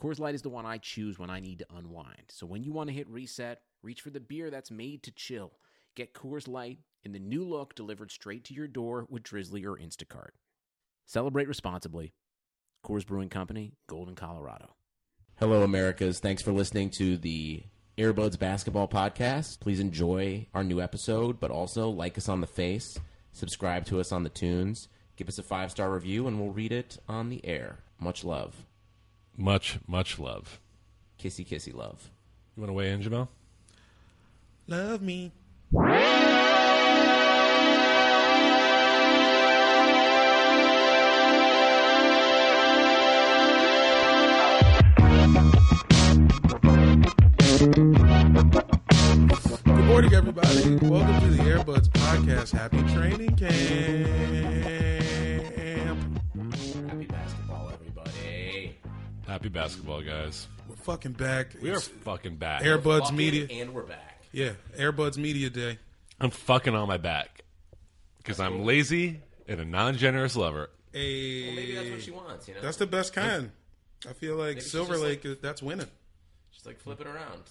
Coors Light is the one I choose when I need to unwind. So when you want to hit reset, reach for the beer that's made to chill. Get Coors Light in the new look delivered straight to your door with Drizzly or Instacart. Celebrate responsibly. Coors Brewing Company, Golden, Colorado. Hello, Americas. Thanks for listening to the Earbuds Basketball Podcast. Please enjoy our new episode, but also like us on the face, subscribe to us on the tunes, give us a five star review, and we'll read it on the air. Much love. Much, much love. Kissy, kissy love. You want to weigh in, Jamel? Love me. Good morning, everybody. Welcome to the Airbuds Podcast. Happy training camp. Happy basketball, everybody. Happy basketball, guys. We're fucking back. We are It's fucking back. Airbuds Fucking- Media. And we're back. Yeah, Airbuds Media Day. I'm fucking on my back because I'm lazy and a non-generous lover. Hey, Maybe that's what she wants, you know? that's the best kind. I feel like Maybe she's Silver just Lake. is that's winning. She's like, flip it around.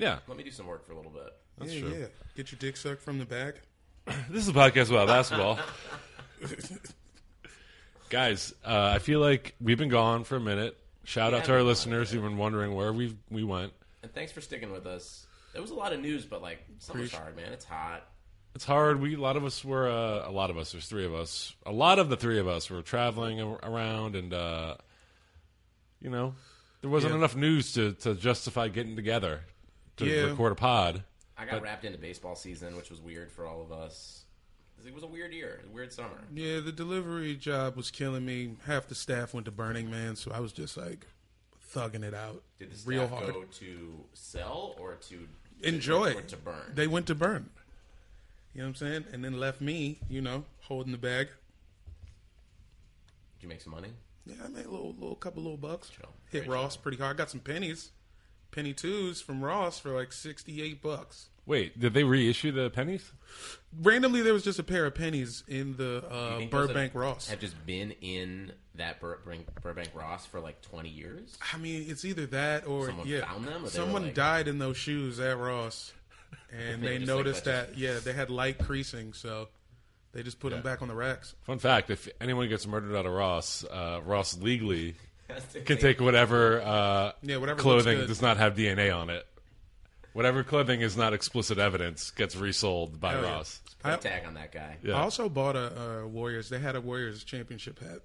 Yeah, Let me do some work for a little bit. that's yeah, true. yeah. Get your dick sucked from the back. This is a podcast about basketball, guys. Uh, I feel like we've been gone for a minute. Shout out to our listeners who've been wondering where we we went. And thanks for sticking with us. There was a lot of news, but like, summer's hard, man. It's hot. It's hard. We a lot of us were uh, a lot of us. There's three of us. A lot of the three of us were traveling a- around, and uh, you know, there wasn't enough news to, to justify getting together to Yeah. record a pod. I got wrapped into baseball season, which was weird for all of us. It was a weird year, a weird summer. Yeah, the delivery job was killing me. Half the staff went to Burning Man, so I was just like thugging it out Did the staff real hard. go to sell or to Enjoy. or to burn? They went to burn. You know what I'm saying? And then left me, you know, holding the bag. Did you make some money? Yeah, I made a little, little couple little bucks. Chill. Hit Great Ross pretty hard. I got some pennies, penny twos from Ross for like 68 bucks. Wait, did they reissue the pennies? Randomly, there was just a pair of pennies in the uh, think those Burbank have- Ross. Have just been in that Burbank, Burbank Ross for like twenty years. I mean, it's either that or Someone yeah, found them, or they were someone like- died in those shoes at Ross, and they, They were just like noticed that, that, yeah, they had light creasing, so they just put them back on the racks. Fun fact: If anyone gets murdered out of Ross, uh, Ross legally Can can take whatever, uh, Yeah, whatever clothing looks good. does not have DNA on it. Whatever clothing is not explicit evidence gets resold by Hell yeah. Ross. Put a I- tag on that guy. Yeah. I also bought a uh, Warriors. They had a Warriors championship hat.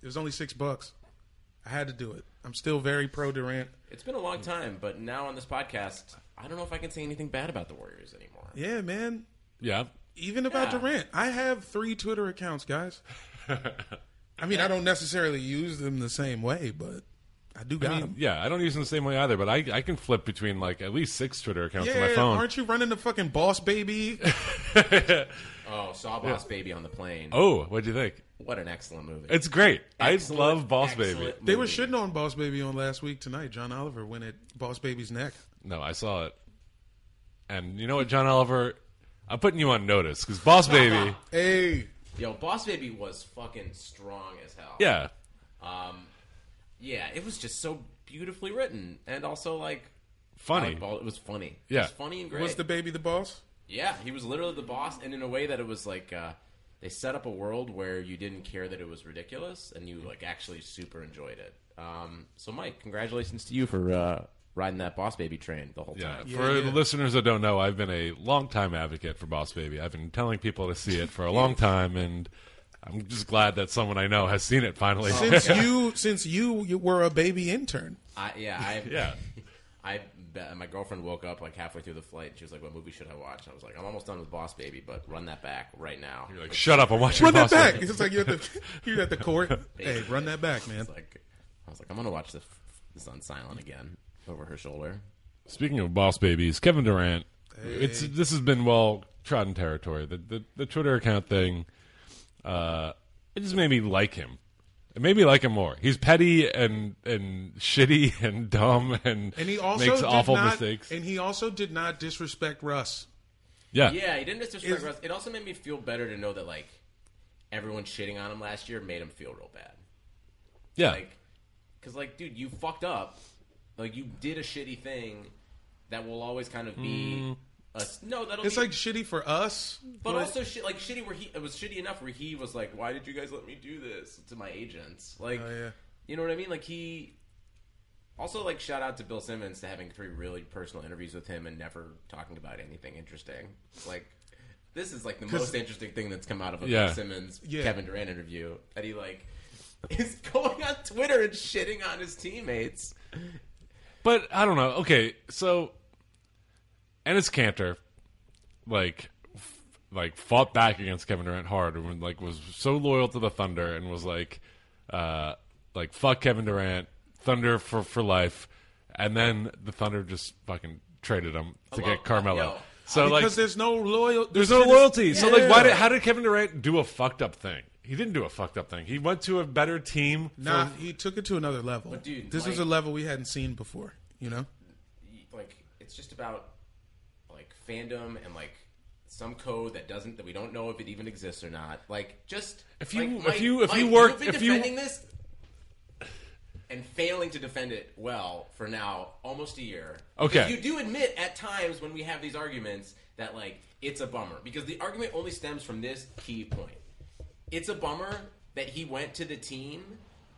It was only six bucks. I had to do it. I'm still very pro Durant. It's been a long time, but now on this podcast, I don't know if I can say anything bad about the Warriors anymore. Yeah, man. Yeah. Even about Yeah. Durant, I have three Twitter accounts, guys. I mean, I don't necessarily use them the same way, but I do got I mean, them. yeah, I don't use them the same way either, but I, I can flip between like at least six Twitter accounts on my phone. aren't you running the fucking boss baby? Oh, Saw Boss Baby on the Plane. Oh, what'd you think? What an excellent movie. It's great. Excellent, I love Boss excellent Baby. movie. they were shitting on boss baby on last week tonight. John Oliver went at boss baby's neck. No, I saw it. And you know what, John Oliver? I'm putting you on notice because Boss Baby, Hey, Yo, Boss Baby was fucking strong as hell. yeah, Um, yeah, it was just so beautifully written and also like funny. Alec Bal- it was funny. Yeah. It was funny and great. was the baby the boss? yeah, he was literally the boss, and in a way that it was like uh, they set up a world where you didn't care that it was ridiculous, and you like actually super enjoyed it. Um, so, Mike, congratulations to you for uh, riding that Boss Baby train the whole Yeah. time. for yeah. the listeners that don't know, I've been a longtime advocate for Boss Baby. I've been telling people to see it for a long time, and I'm just glad that someone I know has seen it finally. Since you, since you, you were a baby intern. I, yeah, I, Yeah. I bet my girlfriend woke up like halfway through the flight, and she was like, "What movie should I watch?" And I was like, "I'm almost done with Boss Baby, but run that back right now." You're like, shut up! I'm watching Run that Boss back. Baby. It's like you're at the you're at the court. Hey, run that back, man. It's like, I was like, I'm gonna watch this, this on silent again over her shoulder. Speaking of Boss Babies, Kevin Durant. It's this has been well trodden territory. The the, the Twitter account thing. Uh, it just made me like him. It made me like him more. He's petty and and shitty and dumb and, And he also makes did awful not, mistakes. And he also did not disrespect Russ. yeah, Yeah, he didn't just disrespect Is- Russ. It also made me feel better to know that like everyone shitting on him last year made him feel real bad. yeah. Like, because like, dude, you fucked up. Like, you did a shitty thing that will always kind of Mm. be. A, no, that'll It's be, like shitty for us. But also, shit, like shitty, where he it was shitty enough where he was like, "Why did you guys let me do this to my agents?" Like, Oh, yeah. you know what I mean? Like he also like shout out to Bill Simmons to having three really personal interviews with him and never talking about anything interesting. Like, this is like the most interesting thing that's come out of a Yeah. Bill Simmons Yeah. Kevin Durant interview that he like is going on Twitter and shitting on his teammates. But I don't know. Okay, so Ennis Cantor, like, f- like fought back against Kevin Durant hard, and like was so loyal to the Thunder, and was like, uh, like fuck Kevin Durant, Thunder for for life, and then the Thunder just fucking traded him to Hello? get Carmelo. Yo. so like, because there's no loyal. there's no loyalty. So like, why did Yeah. how did Kevin Durant do a fucked up thing? He didn't do a fucked up thing. He went to a better team. Nah, he took it to another level. dude, this was a like- level we hadn't seen before. You know, like it's just about like fandom and like some code that doesn't that we don't know if it even exists or not. Like just If you- like, if you- if you Mike, work- you've been if you- defending this and failing to defend it well for now almost a year. Okay. Because you do admit at times when we have these arguments that like it's a bummer because the argument only stems from this key point. It's a bummer that he went to the team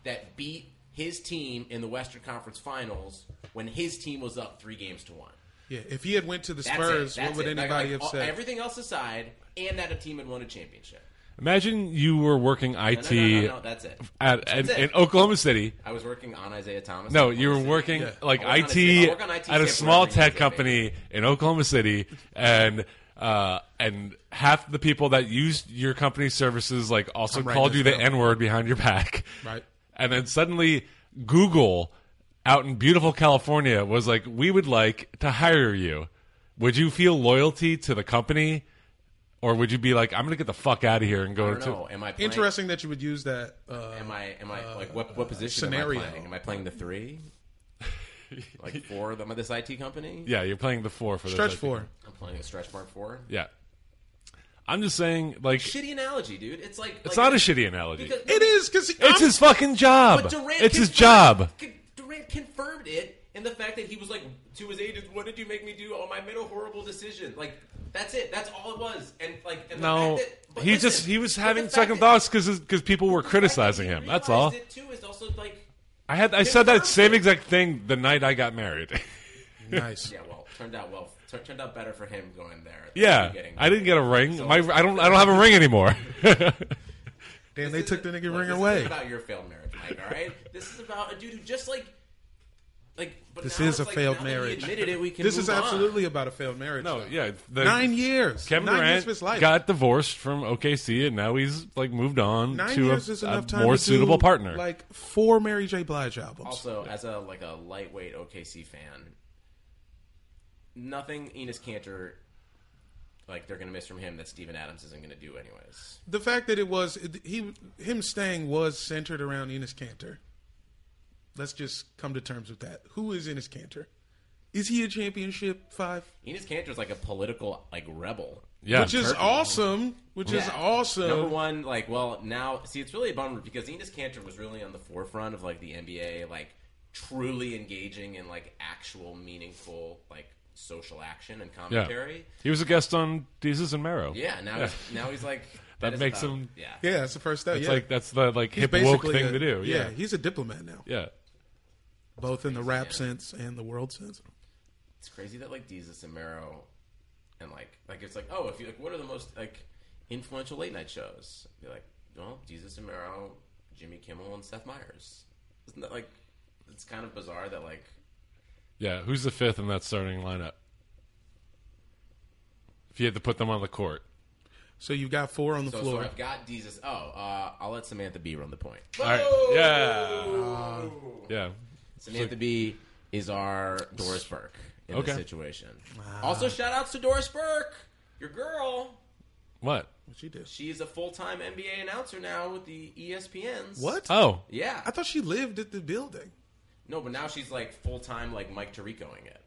that beat his team in the Western Conference Finals when his team was up 3 games to 1. yeah. If he had went to the That's Spurs, it, that's what would it. Like- anybody like, have all- said? Everything else aside, and that a team had won a championship. Imagine you were working No, IT no, no, no, no, that's it. at, in, it. in Oklahoma City. I was working on Isaiah Thomas. No, I you were was- working Yeah. like I work on IT, a- I work on IT at a staff small wherever you tech can, company in Oklahoma City, and uh, and half the people that used your company's services like also I'm writing called this you the down. N word behind your back, Right. And then suddenly Google out in beautiful California was like, "We would like to hire you. Would you feel loyalty to the company, or would you be like, I'm gonna get the fuck out of here and go I don't to know. Am I playing, Interesting that you would use that. Uh, Am I am I like what what position scenario. am I playing? Am I playing the three? like four? Am I this IT company? yeah, you're playing the four for this, I stretch think. four. I'm playing a stretch mark four. Yeah, I'm just saying like." Shitty analogy, dude. It's like it's not a shitty analogy. It is because It's his fucking job. But Durant it's his confirmed- job. con- Durant confirmed it in the fact that he was like to his agents, "What did you make me do? Oh, I made a horrible decision." Like that's it. That's all it was. And like and the No, fact that- but he listen, just he was but having the fact second that- thoughts because people were the fact that criticizing he him. That's all. realized It too is also like I had I said that confirmed same it. exact thing the night I got married. nice. yeah, well, turned out well, tur- turned out better for him going there. than yeah, you getting- I didn't get a ring. My I don't I don't have a ring anymore. Damn, they took the nigga Look, ring this away. Isn't about your failed marriage, Mike. All right, this is about a dude who just like Like, but This now is it's a like, failed now that he marriage. admitted it, we can This move is on. absolutely about a failed marriage. No, though. yeah. the- nine years. Kevin nine years Durant of his life. got divorced from OKC, and now he's like moved on nine to a, years is enough a time more to do, suitable partner. Like four Mary J. Blige albums. Also, as a like a lightweight OKC fan, nothing Enos Cantor like they're gonna miss from him that Steven Adams isn't gonna do anyways. the fact that it was it- he him staying was centered around Enos Cantor. Let's just come to terms with that. Who is Enos Cantor? Is he a championship five? Enos Cantor's like a political like rebel. yeah, Which is awesome. Which is Yeah. awesome. Number one, like, well, now see, it's really a bummer because Enos Cantor was really on the forefront of like the NBA, like truly engaging in like actual meaningful like social action and yeah. commentary. He was a guest on Jesus and Marrow. Yeah, now he's now he's like That is makes about- him- yeah. Yeah, that's the first step. it's yeah. like that's the like He's hip woke basically thing a- to do. Yeah, he's a diplomat now, yeah. both in the rap sense and the world sense. It's crazy that like Jesus and Mero and like like it's like oh if you like what are the most like influential late night shows? Be like well Jesus and Mero, Jimmy Kimmel and Seth Meyers. Isn't that like it's kind of bizarre that like Yeah, who's the fifth in that starting lineup? If you had to put them on the court, So you've got four on the so, so floor. I've got Jesus. Oh, uh, I'll let Samantha Bee run the point. all right, yeah, yeah, Samantha Bee is our Doris Burke in Okay. Ah. this situation. Also, shout outs to Doris Burke, your girl. what? what she did? She's a full time NBA announcer now with the E ESPNs. What? Oh, Yeah. I thought she lived at the building. No, but now she's like full time, like Mike Tiricoing it.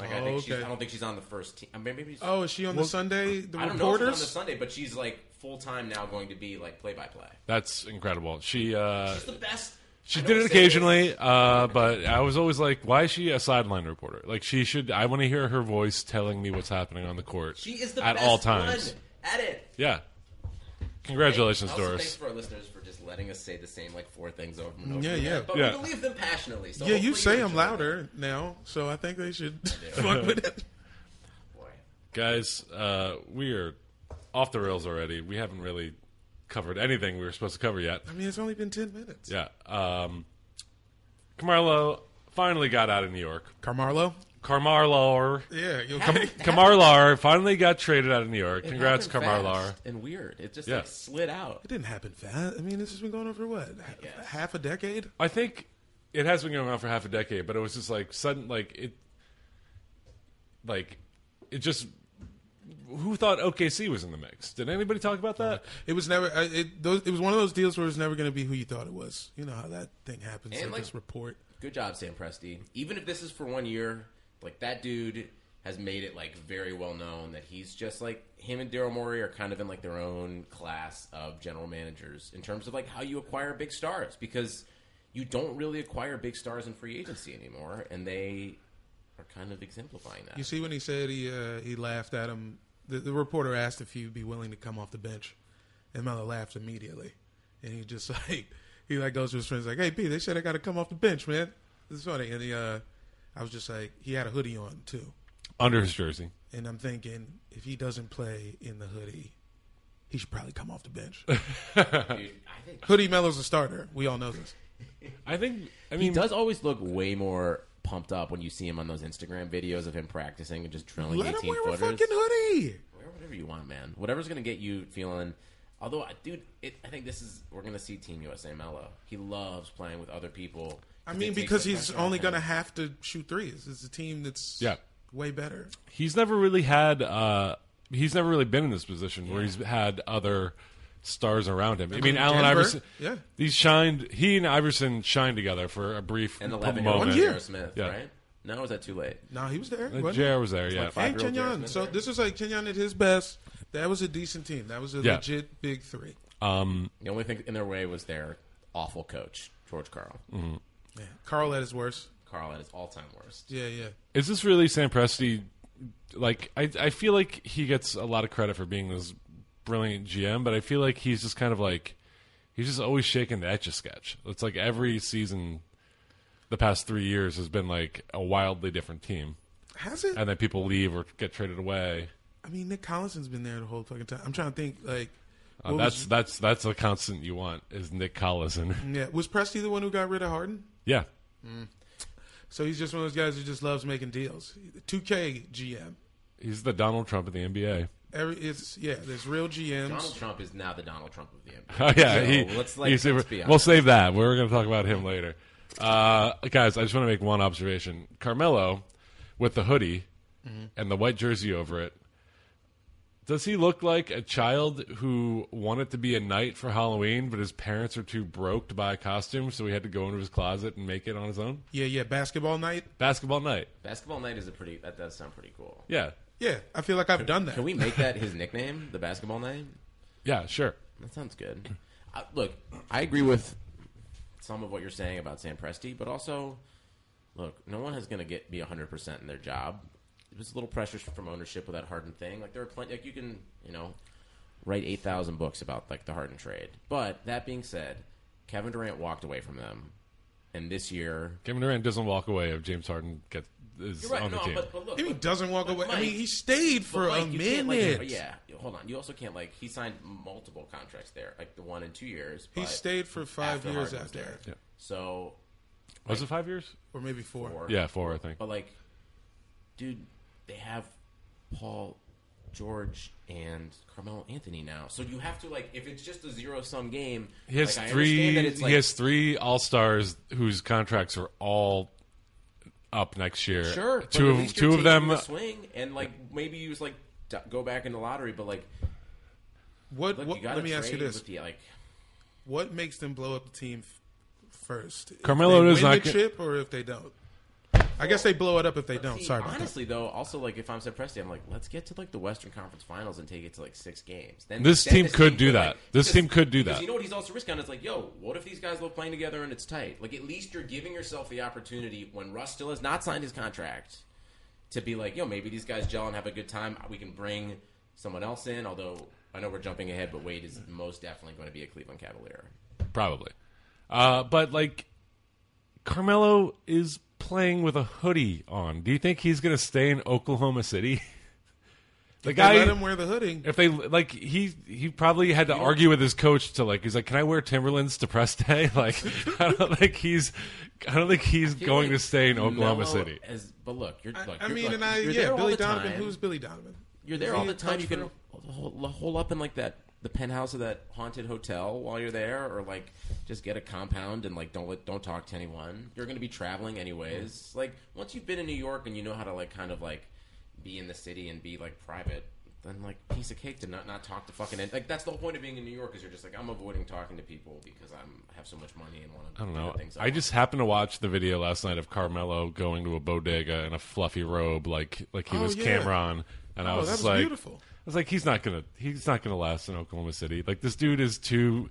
Like I Oh, think she's, okay. I don't think she's on the first team. I mean, maybe she's, Oh, is she on the Sunday? The I don't know if she's on the reporters. Sunday, but she's like full time now, going to be like play by play. that's incredible. She uh, She's the best. She I know did it it's- occasionally, uh, but I was always like, "Why is she a sideline reporter? Like, she should. I want to hear her voice telling me what's happening on the court. She is the at best all times. one at it. Yeah. Congratulations, Also, Thanks Doris. for our listeners for just letting us say the same like four things over and over. Yeah, again. yeah. But Yeah. we believe them passionately. So Yeah, you hopefully say you them enjoy louder now, so I think they should fuck with it. them. Boy. Guys, uh, we are off the rails already. We haven't really covered anything we were supposed to cover yet. I mean, it's only been ten minutes. Yeah. Um, Carmarlo finally got out of New York. Carmarlo. Carmarlo. Yeah, you Happened- okay? happened- Carmarlar finally got traded out of New York. it Congrats, happened Carmarlar. fast And weird. It just Yeah. like slid out. It didn't happen fast. I mean, this has been going on for what? h- guess. Half a decade? I think it has been going on for half a decade, but it was just like sudden, like it, like it just. Who thought OKC was in the mix? Did anybody talk about that? Uh, It was never. I- It, those, it was one of those deals where it was never going to be who you thought it was. You know how that thing happens. And, They like- just report. Good job, Sam Presti. Even if this is for one year, like that dude has made it like very well known that he's just like him and Daryl Morey are kind of in like their own class of general managers in terms of like how you acquire big stars because you don't really acquire big stars in free agency anymore, and they are kind of exemplifying that. You see when he said he uh, he laughed at him. The, the reporter asked if he'd be willing to come off the bench, and Melo laughed immediately. And he just like he like goes to his friends like, "Hey, P, they said I got to come off the bench, man. This is funny." And he, uh, I was just like, he had a hoodie on too, Under his jersey. and I'm thinking if he doesn't play in the hoodie, he should probably come off the bench. Dude, I think hoodie Melo's a starter. We all know this. I think. I he mean, does always look way more pumped up when you see him on those Instagram videos of him practicing and just drilling Let him 18 wear footers. a fucking hoodie. Wear whatever you want, man. Whatever's gonna get you feeling. Although, I- dude, it, I think this is we're gonna see Team USA Mello. He loves playing with other people. I 'cause mean, it takes because the he's pressure off only him. going to have to shoot threes. It's a team that's Yeah. way better. he's never really had. uh He's never really been in this position where he's had other stars around him. I mean, Allen Denver, Iverson. yeah. He shined. He and Iverson shined together for a brief an eleven year moment. old One year. J.R. Smith, Yeah. right? Now is that too late? No, he was there. Uh, wasn't he? JR was there. Yeah. And Five-year-old Jarrett Kenyon. Smith So there. this was like Kenyon at his best. That was a decent team. That was a Yeah. legit big three. um. The only thing in their way was their awful coach, George Carl. Yeah. Carl at his worst. Carl at his all time worst. Yeah, yeah. is this really Sam Presti? Like, I I feel like he gets a lot of credit for being this brilliant GM, but I feel like he's just kind of like he's just always shaking the etch a sketch. It's like every season, the past three years has been like a wildly different team, Has it? and then people leave or get traded away. I mean, Nick Collinson's been there the whole fucking time. I'm trying to think. Like, Uh, what that's was, that's that's the constant Mm-hmm. you want is Nick Collison. yeah. Was Presti the one who got rid of Harden? yeah, So he's just one of those guys who just loves making deals. 2K GM. He's the Donald Trump of the NBA. Every it's yeah, there's real GMs. Donald Trump is now the Donald Trump of the NBA. Oh yeah, So, he, let's like he's let's super- be honest. we'll save that. We're going to talk about him later, uh, guys. I just want to make one observation. Carmelo, with the hoodie Mm-hmm. and the white jersey over it, does he look like a child who wanted to be a knight for Halloween, but his parents are too broke to buy a costume, so he had to go into his closet and make it on his own? Yeah, yeah, basketball night. Basketball night. Basketball night is a pretty. That does sound pretty cool. Yeah, Yeah, I feel like I've done that. Can we make that his nickname? The basketball night. yeah, sure. That sounds good. Uh, look, I agree with some of what you're saying about Sam Presti, but also, look, no one is going to get be 100 percent in their job. There's a little pressure from ownership with that Harden thing. Like there are plenty. Like you can, you know, write 8,000 books about like the Harden trade. But that being said, Kevin Durant walked away from them, and this year. Kevin Durant doesn't walk away if James Harden gets is on the team. look, Maybe he doesn't walk But away. I Mike- mean, he stayed for But, like, a you can't, like, minute. yeah, hold on. You also can't like he signed multiple contracts there, like the one and two years. He but stayed for five after years Harden was after there. that. So, Was it five years? or maybe four. or, Yeah, four, I think. but like, dude, they have Paul George and Carmelo Anthony now. So you have to like, if it's just a zero sum game, He has like, I three. understand that it's, like, he has three All Stars whose contracts are all up next year. Sure, but two at of least you're two of them. taking the swing, and like maybe you just like d- go back in the lottery, but like, What? look, what you gotta let me ask you trade this: with the, like, What makes them blow up the team f- first? If Carmelo they does win not the get- chip, or if they don't. I guess they blow it up if they Oh, don't. See, Sorry about honestly, though, also like if I'm Seth Presti, I'm like, let's get to like the Western Conference Finals and take it to like six games. Then This then team could do that. like- This because- team could do because that. You know what he's also risking? It's like, yo, what if these guys love playing together and it's tight? Like at least you're giving yourself the opportunity when Russ still has not signed his contract to be like, yo, maybe these guys gel and have a good time. We can bring someone else in. Although I know we're jumping ahead, but Wade is most definitely going to be a Cleveland Cavalier. probably. Uh, but like, Carmelo is playing with a hoodie on. Do you think he's going to stay in Oklahoma City? the that. guy. They let him wear the hoodie. if they like, he he probably had to argue with his coach to like. He's like, "Can I wear Timberlands to press day?" Like, I don't think he's. I don't think he's going to stay in Oklahoma Melo City. As, but look, you're. I, look, I you're- mean, look, and I you're yeah, there all Billy the Donovan. time. Who's Billy Donovan? You're Is there he all the a time. coach You for can him? hole hole up in like that the penthouse of that haunted hotel while you're there, or like just get a compound and like don't let, don't talk to anyone. You're going to be traveling anyways. Mm-hmm. Like once you've been in New York and you know how to like kind of like be in the city and be like private, then like piece of cake to not not talk to fucking like that's the whole point of being in New York is you're just like I'm avoiding talking to people because I'm I have so much money and want to. I don't know. Things I just happened to watch the video last night of Carmelo going to a bodega in a fluffy robe, like like he Oh, was yeah. Cameron, and I Oh, was, that just was like, beautiful. I was like, he's not gonna he's not gonna last in Oklahoma City. Like this dude is too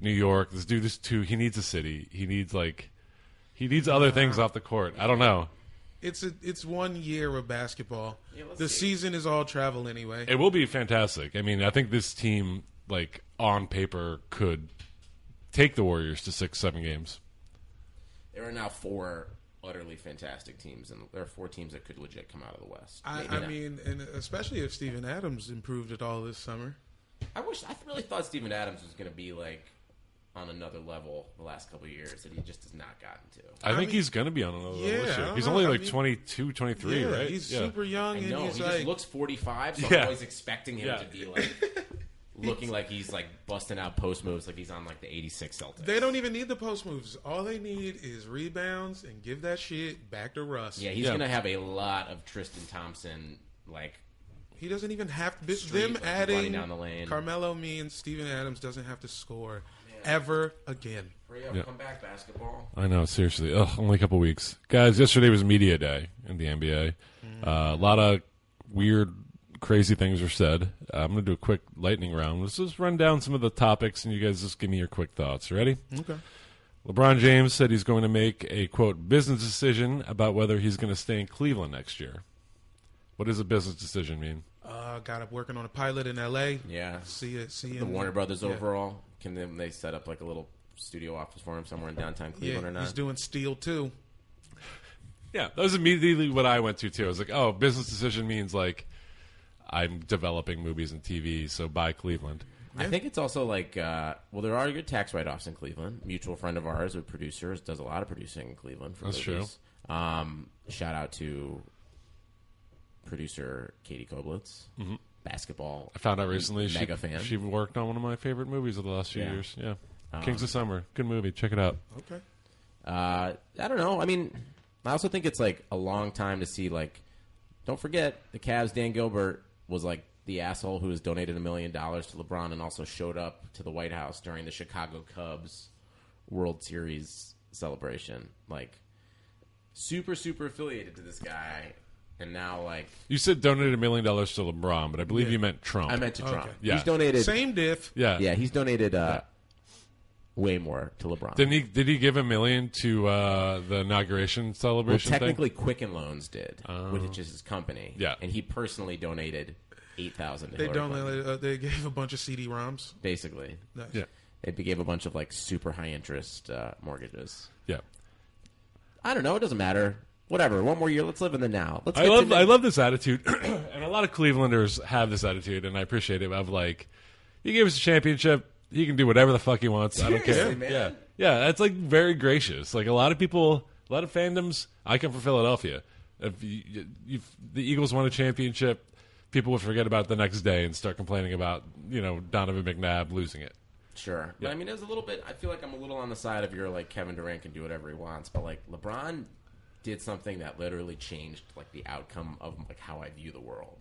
New York. This dude is too. He needs a city. He needs like he needs other things off the court. I don't know. It's a, it's one year of basketball. let's the see. season is all travel anyway. It will be fantastic. I mean, I think this team, like on paper, could take the Warriors to six seven games. There are now four utterly fantastic teams, and there are four teams that could legit come out of the West. I, Maybe I not. mean, and especially if Steven Adams improved at all this summer. I wish I really thought Steven Adams was going to be like on another level the last couple of years that he just has not gotten to. I, I think mean- he's going to be on another level Yeah, this I year. don't He's know. only I like mean- twenty two, twenty three, 22, 23, yeah, right? he's Yeah. super young, I and know he's he like just looks 45, so Yeah. I'm always expecting him Yeah. to be like looking like he's like busting out post moves like he's on like the 86 Celtics. They don't even need the post moves. All they need is rebounds and give that shit back to Russ. yeah, he's Yeah. going to have a lot of Tristan Thompson like He doesn't even have to. Street, them like, adding running down the lane. Carmelo means Steven Adams doesn't have to score ever again. hurry up, come back basketball. I know, seriously. Ugh, only a couple weeks. Guys, yesterday was media day in the NBA. Uh, a lot of weird, crazy things were said. Uh, I'm going to do a quick lightning round. Let's just run down some of the topics, and you guys just give me your quick thoughts. Ready? Okay. LeBron James said he's going to make a, quote, business decision about whether he's going to stay in Cleveland next year. What does a business decision mean? Uh, got up working on a pilot in L.A. Yeah. See it. See The Warner Brothers overall, can them they set up like a little studio office for him somewhere in downtown Yeah, Cleveland or not? he's doing Steel too. Yeah, that was immediately what I went to too. I was like, oh, business decision means like I'm developing movies and TV, so buy Cleveland. I think it's also like, uh, well, there are good tax write-offs in Cleveland. Mutual friend of ours, a producer, does a lot of producing in Cleveland. For That's movies. Um, shout out to producer Katie Koblitz, basketball. Mm-hmm. I found out recently she Mega fan. she worked on one of my favorite movies of the last few Yeah. years. Yeah, Kings of Summer, good movie. Check it out. Okay. Uh, I don't know. I mean, I also think it's like a long time to see. Like, don't forget the Cavs. Dan Gilbert was like the asshole who has donated a million dollars to LeBron and also showed up to the White House during the Chicago Cubs World Series celebration. Like, super super affiliated to this guy, and now like You said donated a million dollars to LeBron, but I believe you meant Trump. I meant to Trump. Okay. Yeah. He's donated. Same diff. yeah, Yeah, he's donated uh, way more to LeBron. Didn't he? Did he give a million to uh, the inauguration Well, celebration? thing? technically, Quicken Loans did, which is his company. Oh. Yeah. and he personally donated eight thousand. They don't. Uh, they gave a bunch of CD-ROMs. Basically, Nice. Yeah, they gave a bunch of like super high interest uh, mortgages. yeah. I don't know. It doesn't matter. Whatever. One more year. Let's live in the now. Let's. I get to love the- I love this attitude, and a lot of Clevelanders have this attitude, and I appreciate it. Of like, he gave us a championship. He can do whatever the fuck he wants. I don't care. Seriously, man. Yeah, yeah. That's like very gracious. Like a lot of people, a lot of fandoms. I come from Philadelphia. If, you, if the Eagles won a championship, people would forget about it the next day and start complaining about you know Donovan McNabb losing it. Sure, but I mean, it was a little bit. I feel like I'm a little on the side of your like Kevin Durant can do whatever he wants, but like LeBron did something that literally changed like the outcome of like how I view the world.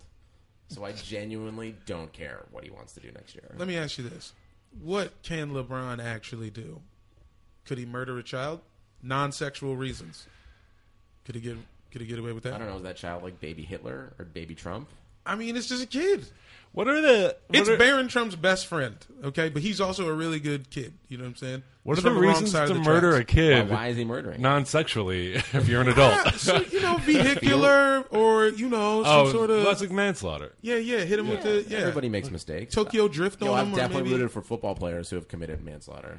So I genuinely don't care what he wants to do next year. Let me ask you this: What can LeBron actually do? Could he murder a child? Non-sexual reasons. Could he get? Could he get away with that? I don't know. Is that child like baby Hitler or baby Trump? I mean, it's just a kid. What are the what It's are, Barron Trump's best friend, okay? But he's also a really good kid. You know what I'm saying? what are He's the from wrong reasons side of to the murder tracks. a kid Why, why is he murdering? non-sexually if you're an adult? Yeah, so, you know, vehicular or you know some oh, sort of that's like manslaughter. yeah, yeah. Hit him with the yeah. Everybody makes mistakes. Tokyo drift Yo, on I've him, or definitely maybe, rooted for football players who have committed manslaughter.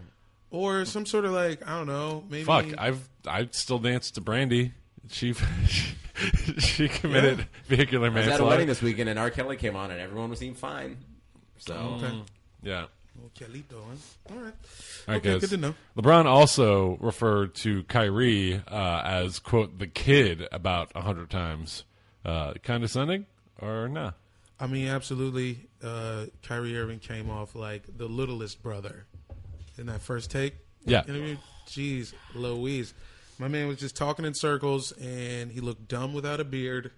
or some sort of like I don't know, maybe Fuck, I've I still danced to Brandy. She she committed vehicular I was at a wedding manslaughter. this weekend, and R. Kelly came on, and everyone was seemed fine. So Oh, okay. Yeah. Well, Kelito, huh? All right. All right, okay, guys. good to know. LeBron also referred to Kyrie uh, as quote the kid about a hundred times. Uh, condescending or nah? I mean, absolutely. Uh, Kyrie Irving came off like the littlest brother in that first take. Yeah. Interview. Jeez, Louise. My man was just talking in circles, and he looked dumb without a beard.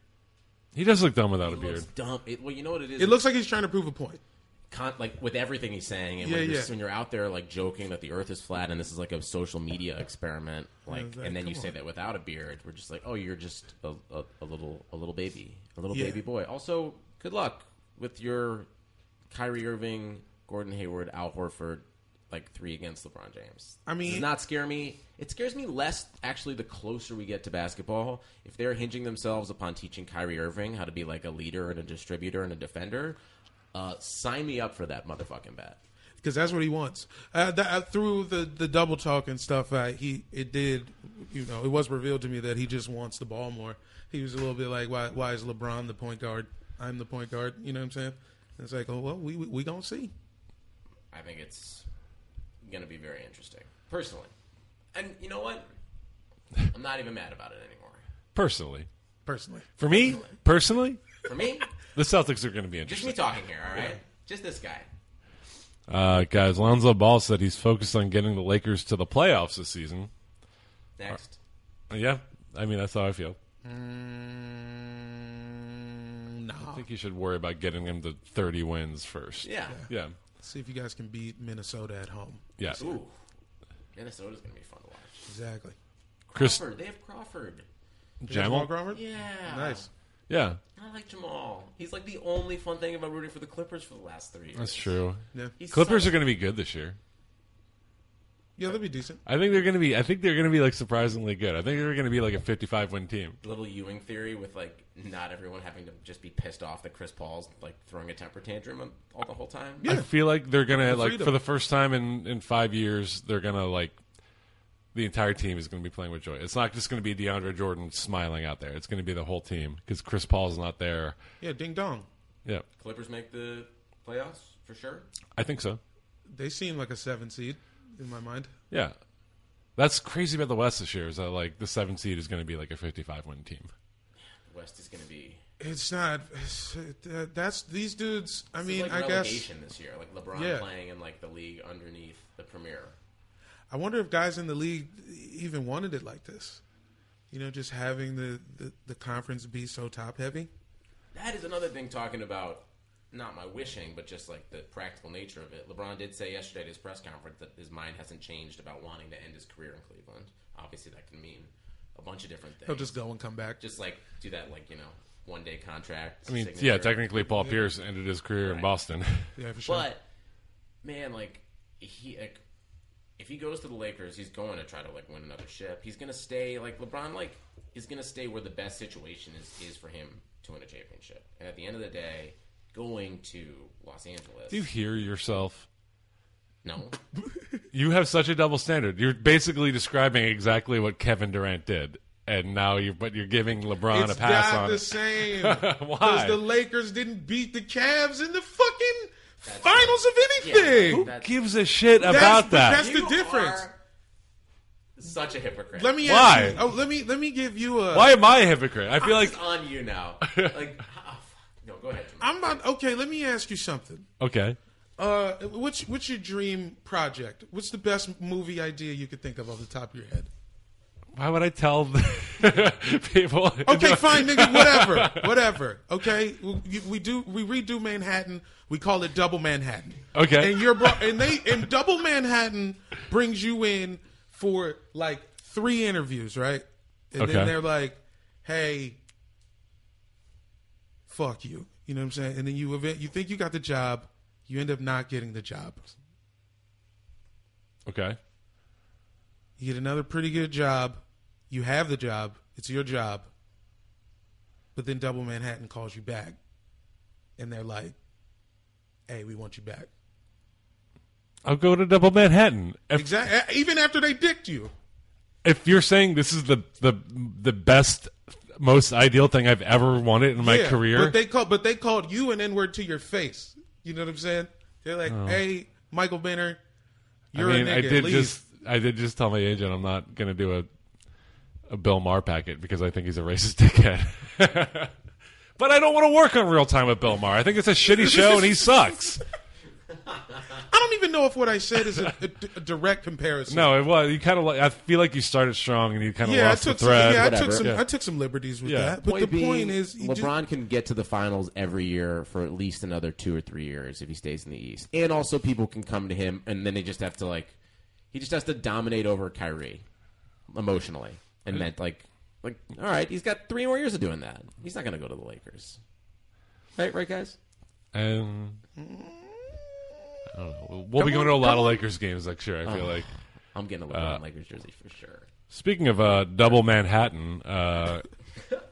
He does look dumb without a It's beard. dumb. It, well, you know what it is. It looks like he's trying to prove a point. con- like with everything he's saying, and Yeah, when, you're, yeah. when you're out there like joking that the Earth is flat and this is like a social media experiment, like, it's like, and then you come say on. that without a beard, we're just like, oh, you're just a, a, a little a little baby, a little Yeah. baby boy. Also, good luck with your Kyrie Irving, Gordon Hayward, Al Horford, like three against LeBron James. I mean- This does not scare me. It scares me less actually the closer we get to basketball. If they're hinging themselves upon teaching Kyrie Irving how to be like a leader and a distributor and a defender, uh, sign me up for that motherfucking bet. because that's what he wants. Uh, that, uh, through the, the double talk and stuff, uh, he it did, you know, it was revealed to me that he just wants the ball more. He was a little bit like, why why is LeBron the point guard? I'm the point guard. You know what I'm saying? And it's like, oh well, we we, we gonna see. I think it's going to be very interesting, personally. And you know what? I'm not even mad about it anymore. Personally, Personally, for me, personally, For me, the Celtics are going to be just interesting. me talking here, all right? Just this guy. Uh, guys, Lonzo Ball said he's focused on getting the Lakers to the playoffs this season. Next. Yeah, I mean that's how I feel. mm, I nah. think you should worry about getting him to 30 wins first. Yeah. Yeah. See if you guys can beat Minnesota at home. Yeah. Ooh. Minnesota's going to be fun to watch. Exactly. Chris Crawford, they have Crawford. Jamal. Jamal Crawford? Yeah. Nice. Yeah, I like Jamal. He's like the only fun thing about rooting for the Clippers for the last three years. that's true. Yeah. He's Clippers so- are going to be good this year. Yeah, that'd be decent. I think they're going to be. I think they're going to be like surprisingly good. I think they're going to be like a 55 win team. little Ewing theory with like not everyone having to just be pissed off that Chris Paul's like throwing a temper tantrum all the whole time. I feel like they're going to The like freedom. for the first time in in five years they're going to like the entire team is going to be playing with joy. It's not just going to be DeAndre Jordan smiling out there. It's going to be the whole team because Chris Paul's not there. Yeah, ding dong. Yeah, Clippers make the playoffs for sure. I think so. They seem like a seven seed in my mind. Yeah. That's crazy about the West this year is that like the seven seed is going to be like a 55 win team. West is going to be. It's not. It's, uh, that's these dudes. I This is mean, like I guess. relegation this year, like LeBron Yeah. playing in like the league underneath the Premier. I wonder if guys in the league even wanted it like this. You know, just having the, the, the conference be so top heavy. That is another thing talking about not my wishing, but just like the practical nature of it. LeBron did say yesterday at his press conference that his mind hasn't changed about wanting to end his career in Cleveland. Obviously, that can mean a bunch of different things. He'll just go and come back. just like do that, like you know, one day contract. I mean, signature. yeah, technically Paul Pierce ended his career in Boston. yeah, for sure. But man, like he, like, if he goes to the Lakers, he's going to try to like win another ship. He's gonna stay like LeBron, like is gonna stay where the best situation is is for him to win a championship. And at the end of the day, going to Los Angeles, Do you hear yourself? no, You have such a double standard. You're basically describing exactly what Kevin Durant did, and now you but you're giving LeBron it's a pass not on the it. same. Why? the Lakers didn't beat the Cavs in the fucking finals of anything. Who That's- gives a shit That's- about but that? that's- the You difference. are Such a hypocrite. let me Why? ask you- oh, let me let me give you a. Why am I a hypocrite? I feel like It's on you now. Like, oh, fuck. no, go ahead. Jamal. I'm not okay. Let me ask you something. okay. Uh, what's what's your dream project? What's the best movie idea you could think of off the top of your head? Why would I tell the people? Okay, fine, nigga, whatever, whatever. Okay, we, we do we redo Manhattan. We call it Double Manhattan. Okay. and you're bro- and they and Double Manhattan brings you in for like three interviews, right? And Okay. then they're like, "Hey, fuck you," you know what I'm saying? And then you event you think you got the job, you end up not getting the job. Okay. You get another pretty good job. You have the job. It's your job. But then Double Manhattan calls you back. And they're like, hey, we want you back. I'll go to Double Manhattan. If, Exactly. eh, Even after they dicked you. if you're saying this is the the the best, most ideal thing I've ever wanted in my Yeah, career, But they, call, but they called you an N word to your face. You know what I'm saying? They're like, hey, Michael Benner, I you're mean, a nigga. Oh. I did leave. just I did just tell my agent I'm not going to do a a Bill Maher packet because I think he's a racist dickhead. but I don't want to work on real time with Bill Maher. I think it's a shitty show and he sucks. I don't even know if what I said is a, a d- a direct comparison. No, it was. You kind of like. I feel like you started strong and you kind of Yeah, I lost the took some, thread. yeah, I whatever. took some. Yeah. I took some liberties with Yeah. that. But Point the being, point is, you just- LeBron can get to the finals every year for at least another two or three years if he stays in the East, and also people can come to him, and then they just have to like, he just has to dominate over Kyrie emotionally, and meant like, like all right, he's got three more years of doing that. He's not gonna go to the Lakers, right? Right, guys. Um, I don't know. We'll, we'll be going to a lot of Lakers games next year. I feel like. I'm getting a LeBron Lakers jersey for sure. Speaking of uh, double Manhattan, uh,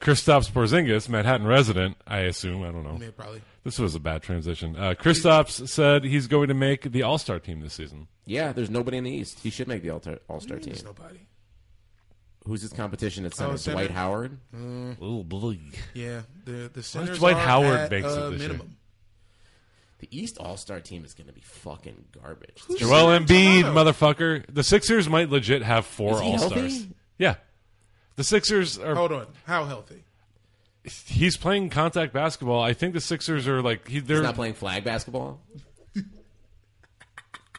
Christoph Porzingis, Manhattan resident, I assume. I don't know. Yeah, probably. This was a bad transition. Uh, Kristaps said he's going to make the All Star team this season. Yeah, there's nobody in the East. He should make the All Star team. There's nobody. Who's his competition at center? Oh, center. Dwight Howard. Oh boy! Yeah, the the centers Dwight are Howard at, makes it uh, this year? minimum. The East All Star team is going to be fucking garbage. Joel San Embiid, Antonio. motherfucker. The Sixers might legit have Is four he All Stars. healthy? Yeah, the Sixers Oh. are. Hold on, how healthy? He's playing contact basketball. I think the Sixers are like he, He's they're not playing flag basketball.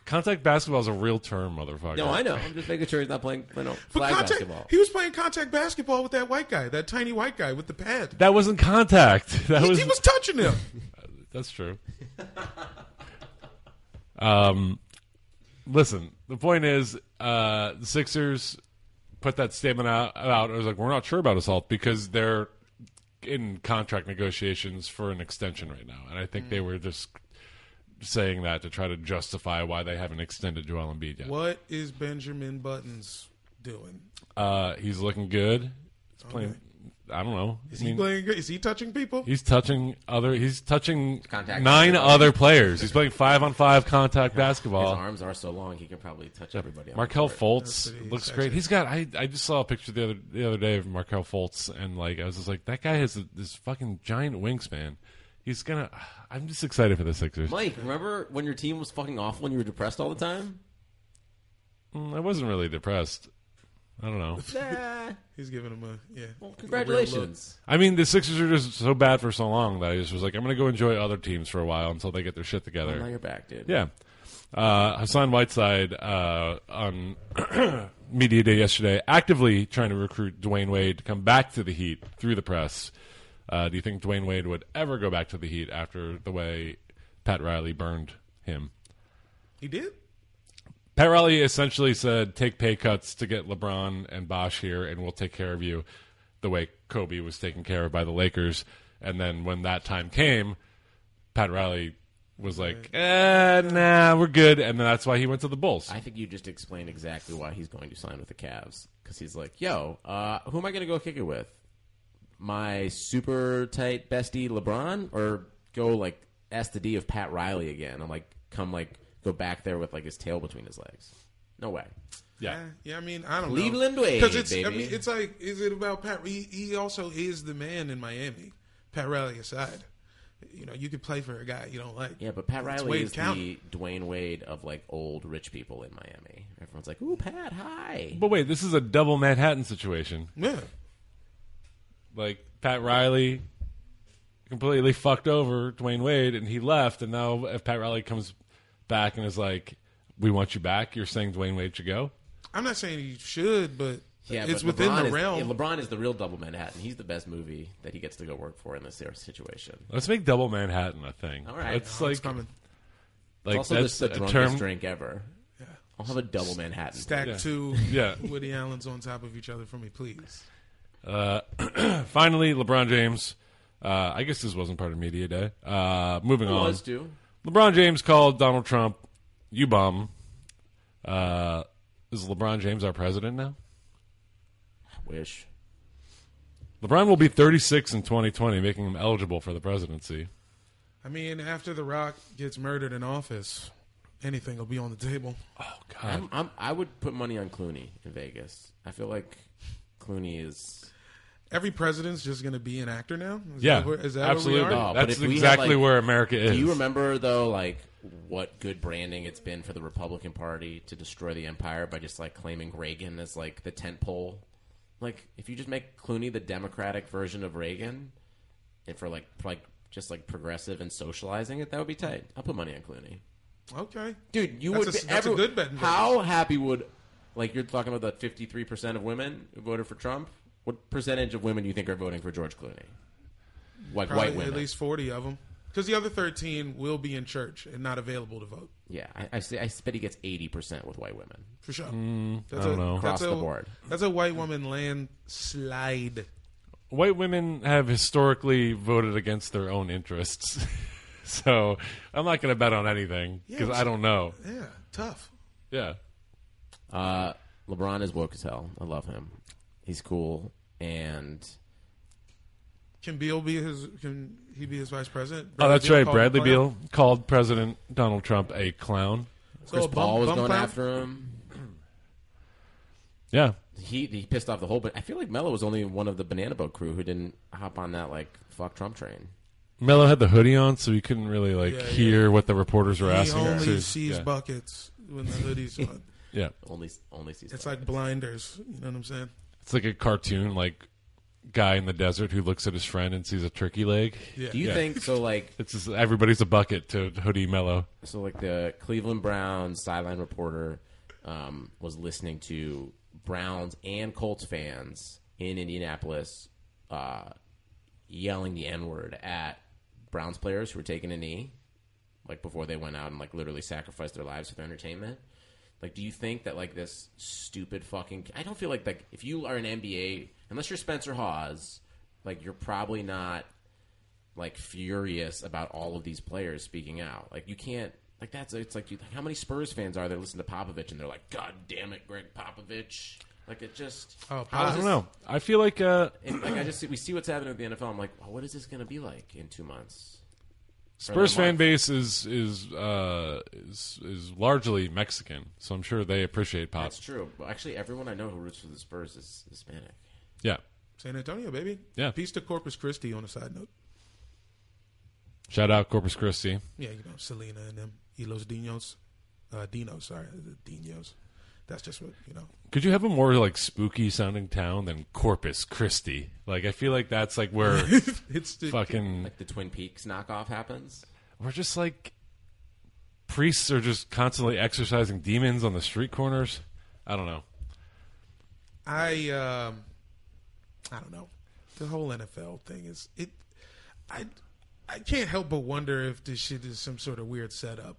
contact basketball is a real term, motherfucker. No, I know. I'm just making sure he's not playing you know, But flag contact, basketball. he was playing contact basketball with that white guy, that tiny white guy with the pad. That wasn't contact. That he, was, he was touching him. that's true. um, listen. The point is, uh, the Sixers put that statement out, out. I was like, we're not sure about his health because they're in contract negotiations for an extension right now, and I think Mm. they were just saying that to try to justify why they haven't extended Joel Embiid yet. what is Benjamin Buttons doing? Uh, he's looking good. He's playing. I don't know. Is I mean, he playing? Is he touching people? He's touching other. He's touching Contact nine basketball. other players. He's playing five on five contact His basketball. arms are so long he can probably touch everybody. on Markel the court. Fultz pretty looks sexy. great. He's got. I, I just saw a picture the other the other day of Markel Fultz, and like I was just like, that guy has this fucking giant wingspan. He's gonna. I'm just excited for the Sixers. Mike, remember when your team was fucking awful and you were depressed all the time? Mm, I wasn't really depressed. I don't know. Nah. He's giving him a yeah. Well, congratulations. I mean, the Sixers are just so bad for so long that I just was like, I'm going to go enjoy other teams for a while until they get their shit together. Now you're back, dude. Yeah. Uh, Hassan Whiteside uh, on Media Day yesterday actively trying to recruit Dwayne Wade to come back to the Heat through the press. Uh, do you think Dwayne Wade would ever go back to the Heat after the way Pat Riley burned him? He did. Pat Riley essentially said, "Take pay cuts to get LeBron and Bosh here, and we'll take care of you." The way Kobe was taken care of by the Lakers, and then when that time came, Pat Riley was like, eh, "Nah, we're good," and then that's why he went to the Bulls. I think you just explained exactly why he's going to sign with the Cavs. Because he's like, yo, uh, who am I going to go kick it with? My super tight bestie LeBron? Or go, like, ask the D of Pat Riley again? I'm like, come, like, go back there with, like, his tail between his legs. No way. yeah, Yeah, yeah. I mean, I don't Cleveland know. Wade, it's I baby. mean, it's like, is it about Pat? He, he also is the man in Miami. Pat Riley aside, you know, you could play for a guy you don't like. Yeah, but Pat It's Riley Wade is County. the Dwayne Wade of, like, old rich people in Miami. Everyone's like, ooh, Pat, hi. but wait, this is a double Manhattan situation. Yeah, Like Pat Riley completely fucked over Dwayne Wade, and he left, and now if Pat Riley comes back and is like, "We want you back," you're saying Dwayne Wade should go. I'm not saying he should, but Yeah, it's but within LeBron the is, realm. yeah, LeBron is the real double Manhattan. He's the best movie that he gets to go work for in this situation. Let's make double Manhattan a thing. All right. it's Oh, like it's coming. like it's also that's just the a drunkest term. drink ever. I'll have a double Manhattan. Stack two Yeah. Woody Allen's on top of each other for me, please. Finally, LeBron James. Uh, I guess this wasn't part of media day. Uh, moving Who on. was due? LeBron James called Donald Trump, "You bum." Uh, is LeBron James our president now? Wish. LeBron will be 36 in 2020, making him eligible for the presidency. I mean, after The Rock gets murdered in office, anything will be on the table. Oh God! I'm, I'm, I would put money on Clooney in Vegas. I feel like Clooney is. Every president's just going to be an actor now. Is yeah, that where, is that where absolutely. we are? Oh, but That's if we had, exactly like- where America is. Do you remember though, like what good branding it's been for the Republican Party to destroy the empire by just like claiming Reagan as like the tent pole? Like, if you just make Clooney the Democratic version of Reagan, and for like like just like progressive and socializing it, that would be tight. I'll put money on Clooney. Okay, dude. You That's would. a- be, that's a every- good bet in Vegas. How happy would like you're talking about that 53 percent of women who voted for Trump? What percentage of women do you think are voting for George Clooney? Like Probably white women. at least forty of them, because the other thirteen will be in church and not available to vote Yeah, I, I, see, I bet he gets 80 percent with white women. for sure. Mm, I don't know. Across a, the board. That's a white woman landslide. White women have historically voted against their own interests, so I'm not going to bet on anything Yeah, because it's- I don't know. Yeah, tough. Yeah. Uh, LeBron is woke as hell. I love him. He's cool and. Can Beal be his? Can he be his vice president? Oh, that's Beal right. called him Bradley clown. Beal called President Donald Trump a clown. So Chris a bum- Paul was bum going clown? after him. Yeah. He he pissed off the whole. But I feel like Melo was only one of the Banana Boat crew who didn't hop on that like fuck Trump train. Melo had the hoodie on, so he couldn't really like Yeah, yeah. hear what the reporters were He asking him. only to. sees yeah. buckets when the hoodie's on. yeah, Only only season. It's like blinders. You know what I'm saying? it's like a cartoon, like guy in the desert who looks at his friend and sees a turkey leg. Yeah. Do you Yeah. think so? Like It's just everybody's a bucket to hoodie Melo. so like the Cleveland Browns sideline reporter um, was listening to Browns and Colts fans in Indianapolis uh, yelling the N word at Browns players who were taking a knee, like before they went out and like literally sacrificed their lives for their entertainment. Like, do you think that like this stupid fucking? I don't feel like like if you are an NBA, unless you're Spencer Hawes, like you're probably not like furious about all of these players speaking out. Like you can't like that's it's like, you, like how many Spurs fans are that listen to Popovich and they're like, God damn it, Greg Popovich. Like it just Oh, how is I this- don't know. I feel like uh, And, like I just see, we see what's happening with the NFL. I'm like, oh, what is this going to be like in two months? Spurs Furthermore- fan base is is uh, is is largely Mexican, so I'm sure they appreciate pop. That's true. But actually, everyone I know who roots for the Spurs is Hispanic. Yeah. San Antonio, baby. Yeah. Peace to Corpus Christi. On a side note, Shout out Corpus Christi. yeah, you know Selena and them, y los Dinos, uh, Dinos. Sorry, the Dinos. that's just what you know. Could you have a more like spooky sounding town than Corpus Christi? Like I feel like that's like where It's the, fucking Like the Twin Peaks knockoff happens. we're just like priests are just constantly exercising demons on the street corners. I don't know. I um, I don't know. The whole NFL thing is it. I I can't help but wonder if this shit is some sort of weird setup.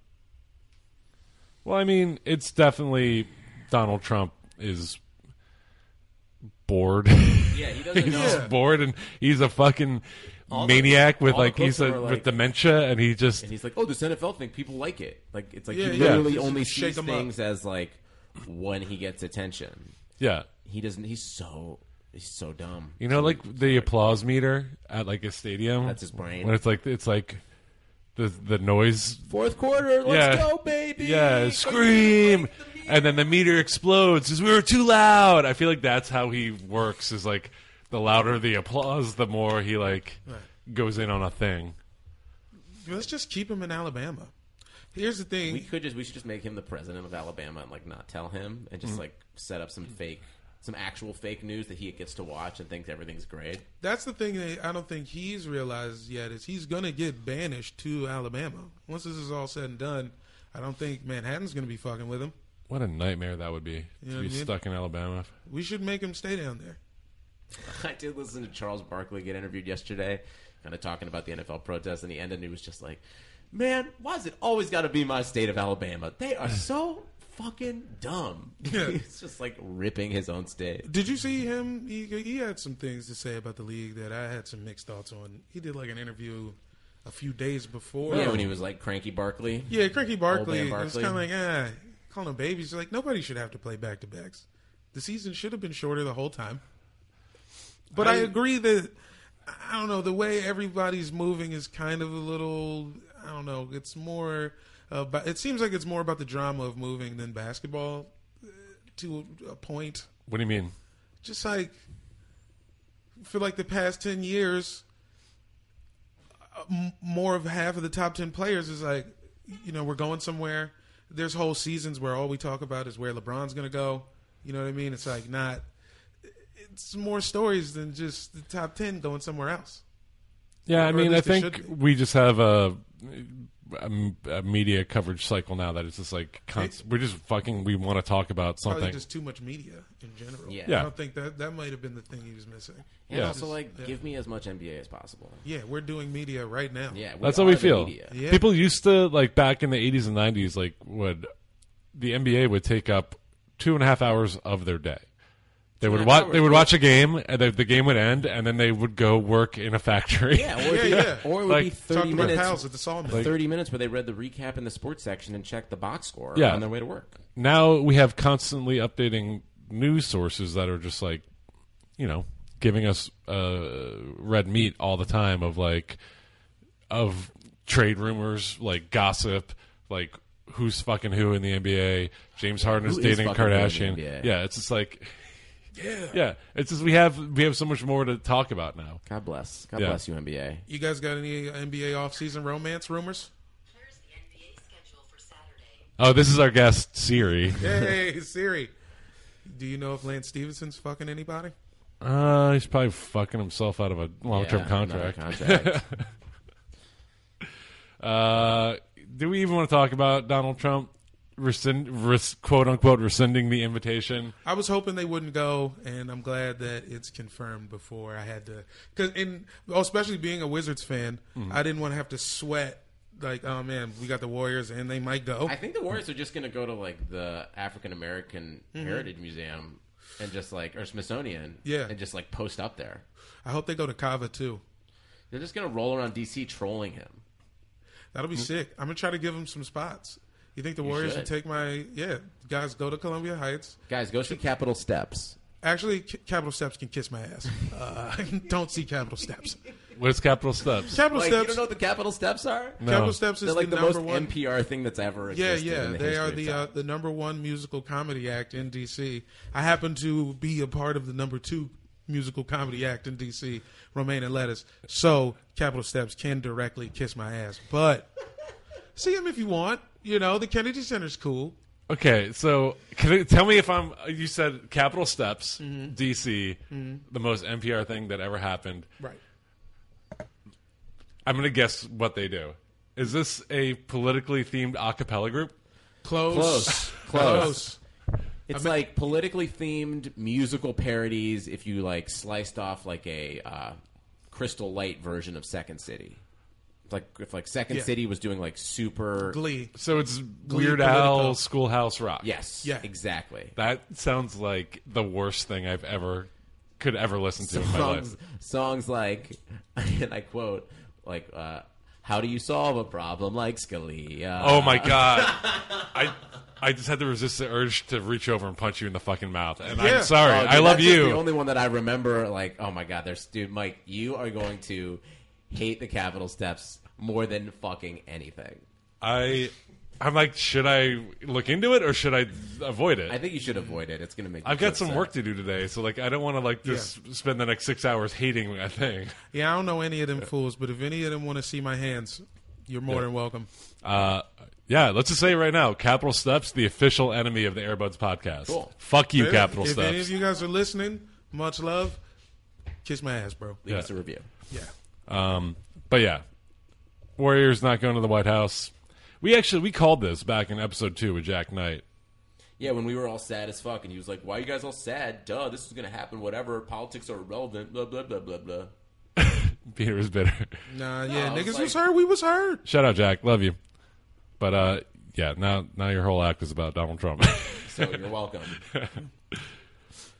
Well, I mean, it's definitely Donald Trump is bored. Yeah, he doesn't he's know. just bored and he's a fucking the- maniac with all the like clips he's a, are with like- dementia and he just And he's like, "Oh, this NFL thing, people like it. Like it's like Yeah, he yeah. literally Just only shake sees 'em up. things as like when he gets attention. yeah. He doesn't. He's so he's so dumb. You know, like the applause meter at like a stadium. That's his brain. When it's like it's like the the noise. Fourth quarter, let's yeah, go, baby. Yeah, scream, and then the meter explodes because we were too loud. I feel like that's how he works. Is like the louder the applause, the more he like goes in on a thing. Let's just keep him in Alabama. Here's the thing. We could just we should just make him the president of Alabama and like not tell him and Mm. just like set up some fake, some actual fake news that he gets to watch and thinks everything's great. That's the thing that I don't think he's realized yet is he's gonna get banished to Alabama once this is all said and done. I don't think Manhattan's gonna be fucking with him. What a nightmare that would be know to what be I mean? stuck in Alabama. We should make him stay down there. I did listen to Charles Barkley get interviewed yesterday, kind of talking about the NFL protests, and he ended and he was just like, "Man, why is it always got to be my state of Alabama? They are so fucking dumb." He's just like ripping his own state. Did you see him? He, he had some things to say about the league that I had some mixed thoughts on. He did like an interview a few days before. Yeah, when he was like cranky Barkley. yeah, Cranky Barkley. man It's kind of Barkley. like ah, calling him babies. Like nobody should have to play back to backs. The season should have been shorter the whole time. But I, agree that I don't know the way everybody's moving is kind of a little. I don't know. It's more. Uh, but it seems like it's more about the drama of moving than basketball, uh, to a point What do you mean? just like for like the past 10 years uh, m- more of half of the top 10 players is like you know we're going somewhere there's whole seasons where all we talk about is where lebron's going to go you know what i mean it's like not it's more stories than just the top 10 going somewhere else Yeah, I Or at mean, I least it think should be. we just have a, a m- a media coverage cycle now that is just like const- we're just fucking. We want to talk about probably something. just too much media in general Yeah. Yeah. i don't think that that might have been the thing he was missing And Yeah. also like, Yeah. give me as much NBA as possible. yeah we're doing media right now Yeah, That's how we are the feel. media. Yeah. People used to like back in the '80s and '90s, like would the NBA would take up two and a half hours of their day. They would and a half watch. hours, They would yeah. watch a game, and the, the game would end, and then they would go work in a factory. Yeah, or, Yeah, if you- yeah. or it would Like, be talking thirty about minutes. pals at the sawmill Thirty minutes where they read the recap in the sports section and checked the box score Yeah. on their way to work. now we have constantly updating news sources that are just like, you know, giving us uh, red meat all the time of like, of trade rumors, like gossip, like who's fucking who in the NBA. James Harden is Who is dating fucking who in the Kardashian. NBA? Yeah, it's just like, yeah, yeah. It's just we have we have so much more to talk about now. God bless. God Yeah. bless you, NBA. you guys got any nba offseason romance rumors Here's the NBA schedule for Saturday. Oh, this is our guest Siri. Hey Siri, do you know if Lance Stevenson's fucking anybody? Uh, he's probably fucking himself out of a long term Yeah, another contract. contract. Uh, do we even want to talk about Donald Trump rescind, res, quote unquote, rescinding the invitation? I was hoping they wouldn't go, and I'm glad that it's confirmed before I had to. Cause and oh, especially being a Wizards fan, Mm-hmm. I didn't want to have to sweat. Like, oh man, we got the Warriors, and they might go. I think the Warriors are just going to go to like the African American Mm-hmm. Heritage Museum and just like or Smithsonian, Yeah. and just like post up there. I hope they go to Kava too. They're just going to roll around DC trolling him. That'll be sick. I'm gonna try to give them some spots. You think the Warriors Mm. should. should take my? Yeah, guys, go to Columbia Heights. Guys, go see Capitol Steps. Actually, C- Capital Steps can kiss my ass. Uh, don't see Capital Steps. Where's Capitol Steps? Capital Like you Steps. don't know what the Capitol Steps are? Capital Steps is They're like the, the, number most one NPR thing that's ever Yeah, existed. yeah, in the they are history the of uh, time. the number one musical comedy act in DC. I happen to be a part of the number two musical comedy act in DC, Romaine and Lettuce. So Capital Steps can directly kiss my ass, but see him if you want. You know, the Kennedy Center's cool. Okay, so can you tell me if I'm. You said Capital Steps, Mm-hmm. DC, the most NPR thing that ever happened. Right. I'm gonna guess what they do. Is this a politically themed a cappella group? Close. Close. Close. Close. It's like politically themed musical parodies. If you like sliced off like a uh, crystal light version of Second City, It's like if like Second Yeah. City was doing like super. Glee. So it's Weird political. Al Schoolhouse Rock. yes. Yeah. Exactly. That sounds like the worst thing I've ever could ever listen to in my life. songs, songs like, and I quote, like, uh, "How do you solve a problem like Scalia?" Oh my god. I I just had to resist the urge to reach over and punch you in the fucking mouth. And Yeah. I'm sorry. Oh, dude, I love that's just you. The only one that I remember, like, oh my god, there's dude, Mike, you are going to hate the Capitol steps more than fucking anything. I I'm like, should I look into it or should I avoid it? I think you should avoid it. It's gonna make. you I've got some feel upset. work to do today, so like I don't want to like just spend the next six hours hating a thing. Yeah, I don't know any of them fools, but if any of them want to see my hands, you're more than welcome. Uh, yeah, let's just say right now, Capital Steps, the official enemy of the Airbuds podcast. Cool. Fuck you, If- Capital if any Steps. of you guys are listening, much love. Kiss my ass, bro. Leave Yeah. us a review. Yeah. Um, but yeah, Warriors not going to the White House. We actually we called this back in episode two with Jack Knight. Yeah, when we were all sad as fuck, and he was like, "Why are you guys all sad? Duh, this is gonna happen. Whatever. Politics are irrelevant. Blah blah blah blah blah." Peter was bitter. Nah, yeah, I was niggas was, like- hurt. We was hurt. Shout out, Jack. Love you. But uh, yeah, now now your whole act is about Donald Trump. uh, So you're welcome.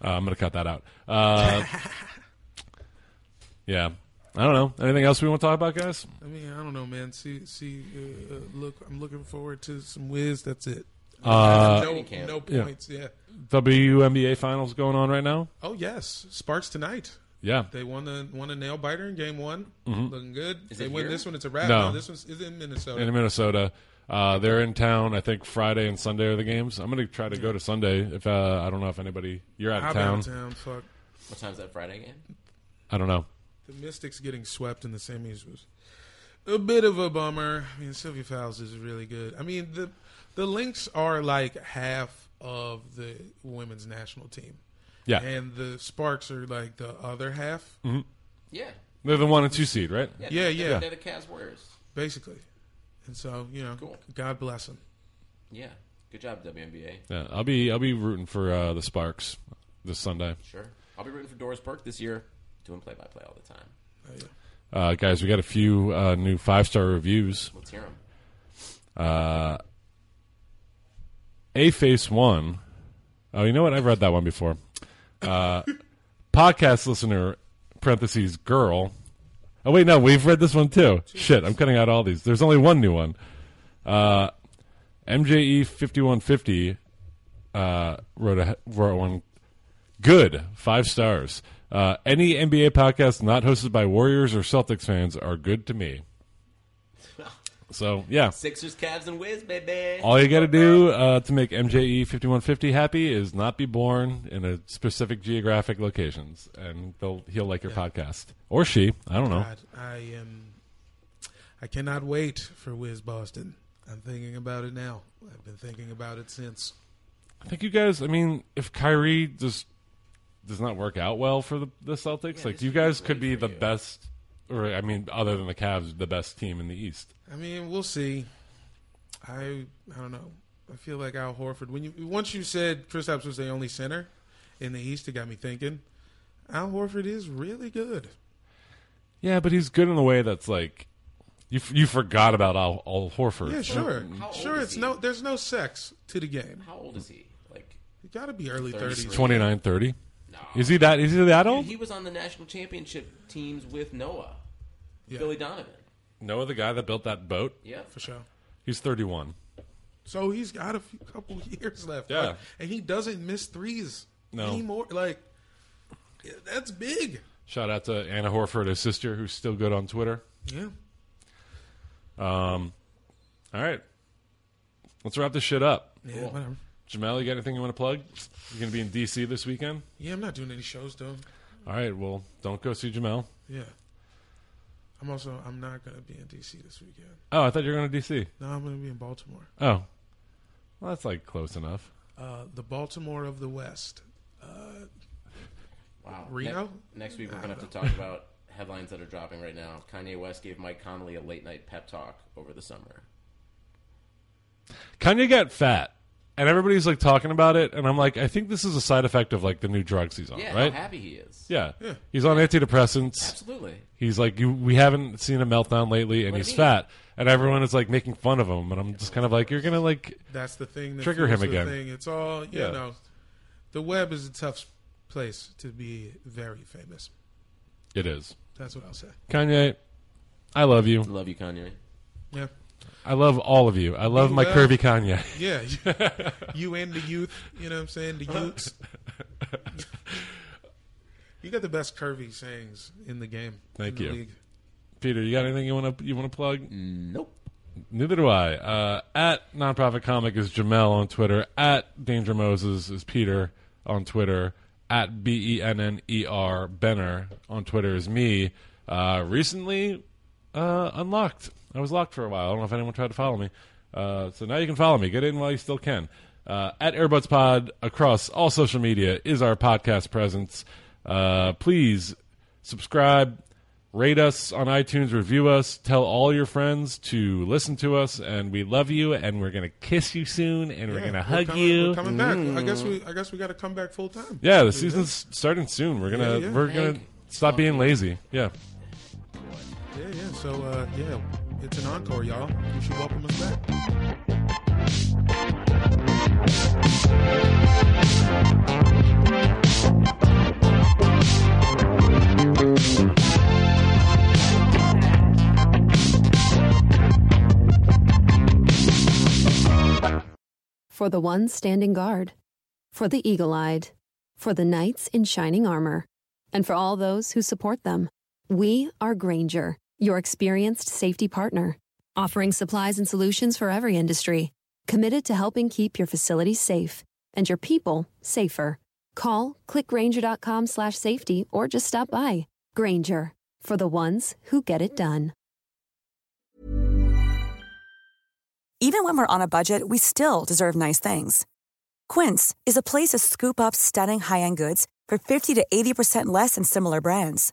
I'm gonna cut that out. Uh, yeah, I don't know. Anything else we want to talk about, guys? I mean, I don't know, man. See, see, uh, uh, look, I'm looking forward to some whiz. That's it. no, Uh, Training camp. no points. Yeah. WNBA finals going on right now. Oh yes, Sparks tonight. Yeah, They won the won a nail biter in game one. Looking good. Mm-hmm. Is they it win here? this one. It's a wrap. No. No, this one's is in Minnesota. in Minnesota. Uh, they're in town. I think Friday and Sunday are the games. I'm gonna try to go to Sunday. If uh, I don't know if anybody you're out I'll of be out town. of town. Fuck. what time's that Friday game? I don't know. The Mystics getting swept in the semis was a bit of a bummer. I mean, Sylvia Fowles is really good. I mean, the the Lynx are like half of the women's national team. Yeah, And the Sparks are like the other half, Yeah. they're the one and two seed, right? Yeah, they're- yeah. They're the Cavs Warriors. basically. And so, you know, Cool. God bless them. Yeah. Good job, WNBA. Yeah, I'll be I'll be rooting for uh, the Sparks this Sunday, Sure. I'll be rooting for Doris Burke this year, doing play by play all the time. uh, guys. We got a few uh, new five star reviews. Let's hear them. A face one. Oh, you know what? I've read that one before. Uh, podcast listener parentheses girl. Oh wait, no, we've read this one too. Shit, I'm cutting out all these. There's only one new one. Uh, MJE fifty one fifty uh, wrote a wrote one good five stars. Uh, any NBA podcast not hosted by Warriors or Celtics fans are good to me. So yeah, Sixers, Cavs, and Wiz, baby. all you got to do uh, to make MJE 5150 happy is not be born in a specific geographic locations, and they'll he'll like your podcast or she. I don't know. God, I am. I cannot wait for Wiz Boston. I'm thinking about it now. I've been thinking about it since. I think you guys. I mean, if Kyrie just does not work out well for the, the Celtics, like you guys could be the best, or I mean, other than the Cavs, the best team in the East. I mean, we'll see. I I don't know. I feel like Al Horford. When you once you said Kristaps was the only center in the East, it got me thinking. Al Horford is really good. Yeah, but he's good in the way that's like you f- you forgot about Al, Al Horford. Yeah, sure, How sure. old It's is he? no. There's no sex to the game. How old is he? Like, You got to be early Thirty-three. thirties. twenty nine thirty. no. Is he that? Is he that Dude, old? he was on the national championship teams with Noah, Billy Donovan. Noah, the guy that built that boat, Yeah. for sure. he's thirty one. So he's got a few, couple years left. Yeah. Like, and he doesn't miss threes No. anymore. Like yeah, that's big. Shout out to Anna Horford, his sister, who's still good on Twitter. Yeah. All right. Let's wrap this shit up. Yeah. Whatever. Jamel, you got anything you want to plug? You're going to be in D.C. this weekend? Yeah. I'm not doing any shows though. All right. Well, don't go see Jamel. Yeah. I'm also I'm not gonna be in DC this weekend. Oh, I thought you were going to D.C. No, I'm gonna be in Baltimore. Oh. Well, that's like close enough. Uh, the Baltimore of the West. Uh, Wow. Reno? next week, we're going to have to talk about headlines that are dropping right now. Kanye West gave Mike Connolly a late night pep talk over the summer. Kanye got fat, and everybody's like talking about it, and I'm like, I think this is a side effect of like the new drugs he's on, Yeah, right? how happy he is. Yeah. he's on antidepressants. Absolutely. He's like, you, we haven't seen a meltdown lately, and What do he's you mean? fat, and everyone is like making fun of him, and I'm just kind of like, you're gonna like, that's the thing. That Trigger fuels him the again. Thing. It's all you Yeah. know. The web is a tough place to be very famous. it is That's what I'll say. Kanye. I love you. Love you, Kanye. Yeah, I love all of you. I love my Yeah. curvy Kanye. yeah. you and the youth. You know what I'm saying? The youths. you got the best curvy sayings in the game. Thank in the you. league. Peter, you got anything you want to you want to plug? Nope. Neither do I. Uh, at nonprofit comic is Jamel on Twitter. At Danger Moses is Peter on Twitter. At B E N N E R Benner on Twitter is me. Uh, recently uh, unlocked. I was locked for a while. I don't know if anyone tried to follow me. Uh, so now you can follow me. Get in while you still can. Uh, at Airbuds Pod across all social media is our podcast presence. Uh, please subscribe, rate us on iTunes, review us, tell all your friends to listen to us, and we love you, and we're gonna kiss you soon, and we're Yeah, gonna hug coming, you. Mm. We're coming back. I guess we. I guess we got to come back full time. Yeah, the season's starting soon. We're gonna Yeah, yeah. we're gonna stop being lazy. Yeah. Yeah, yeah. So, uh, yeah, it's an encore, y'all. You should welcome us back. For the one standing guard, for the eagle eyed, for the knights in shining armor, and for all those who support them, we are Granger, your experienced safety partner, offering supplies and solutions for every industry, committed to helping keep your facilities safe and your people safer. Call clickgranger.com slash safety or just stop by. Granger, for the ones who get it done. Even when we're on a budget, we still deserve nice things. Quince is a place to scoop up stunning high end goods for 50 to 80% less than similar brands.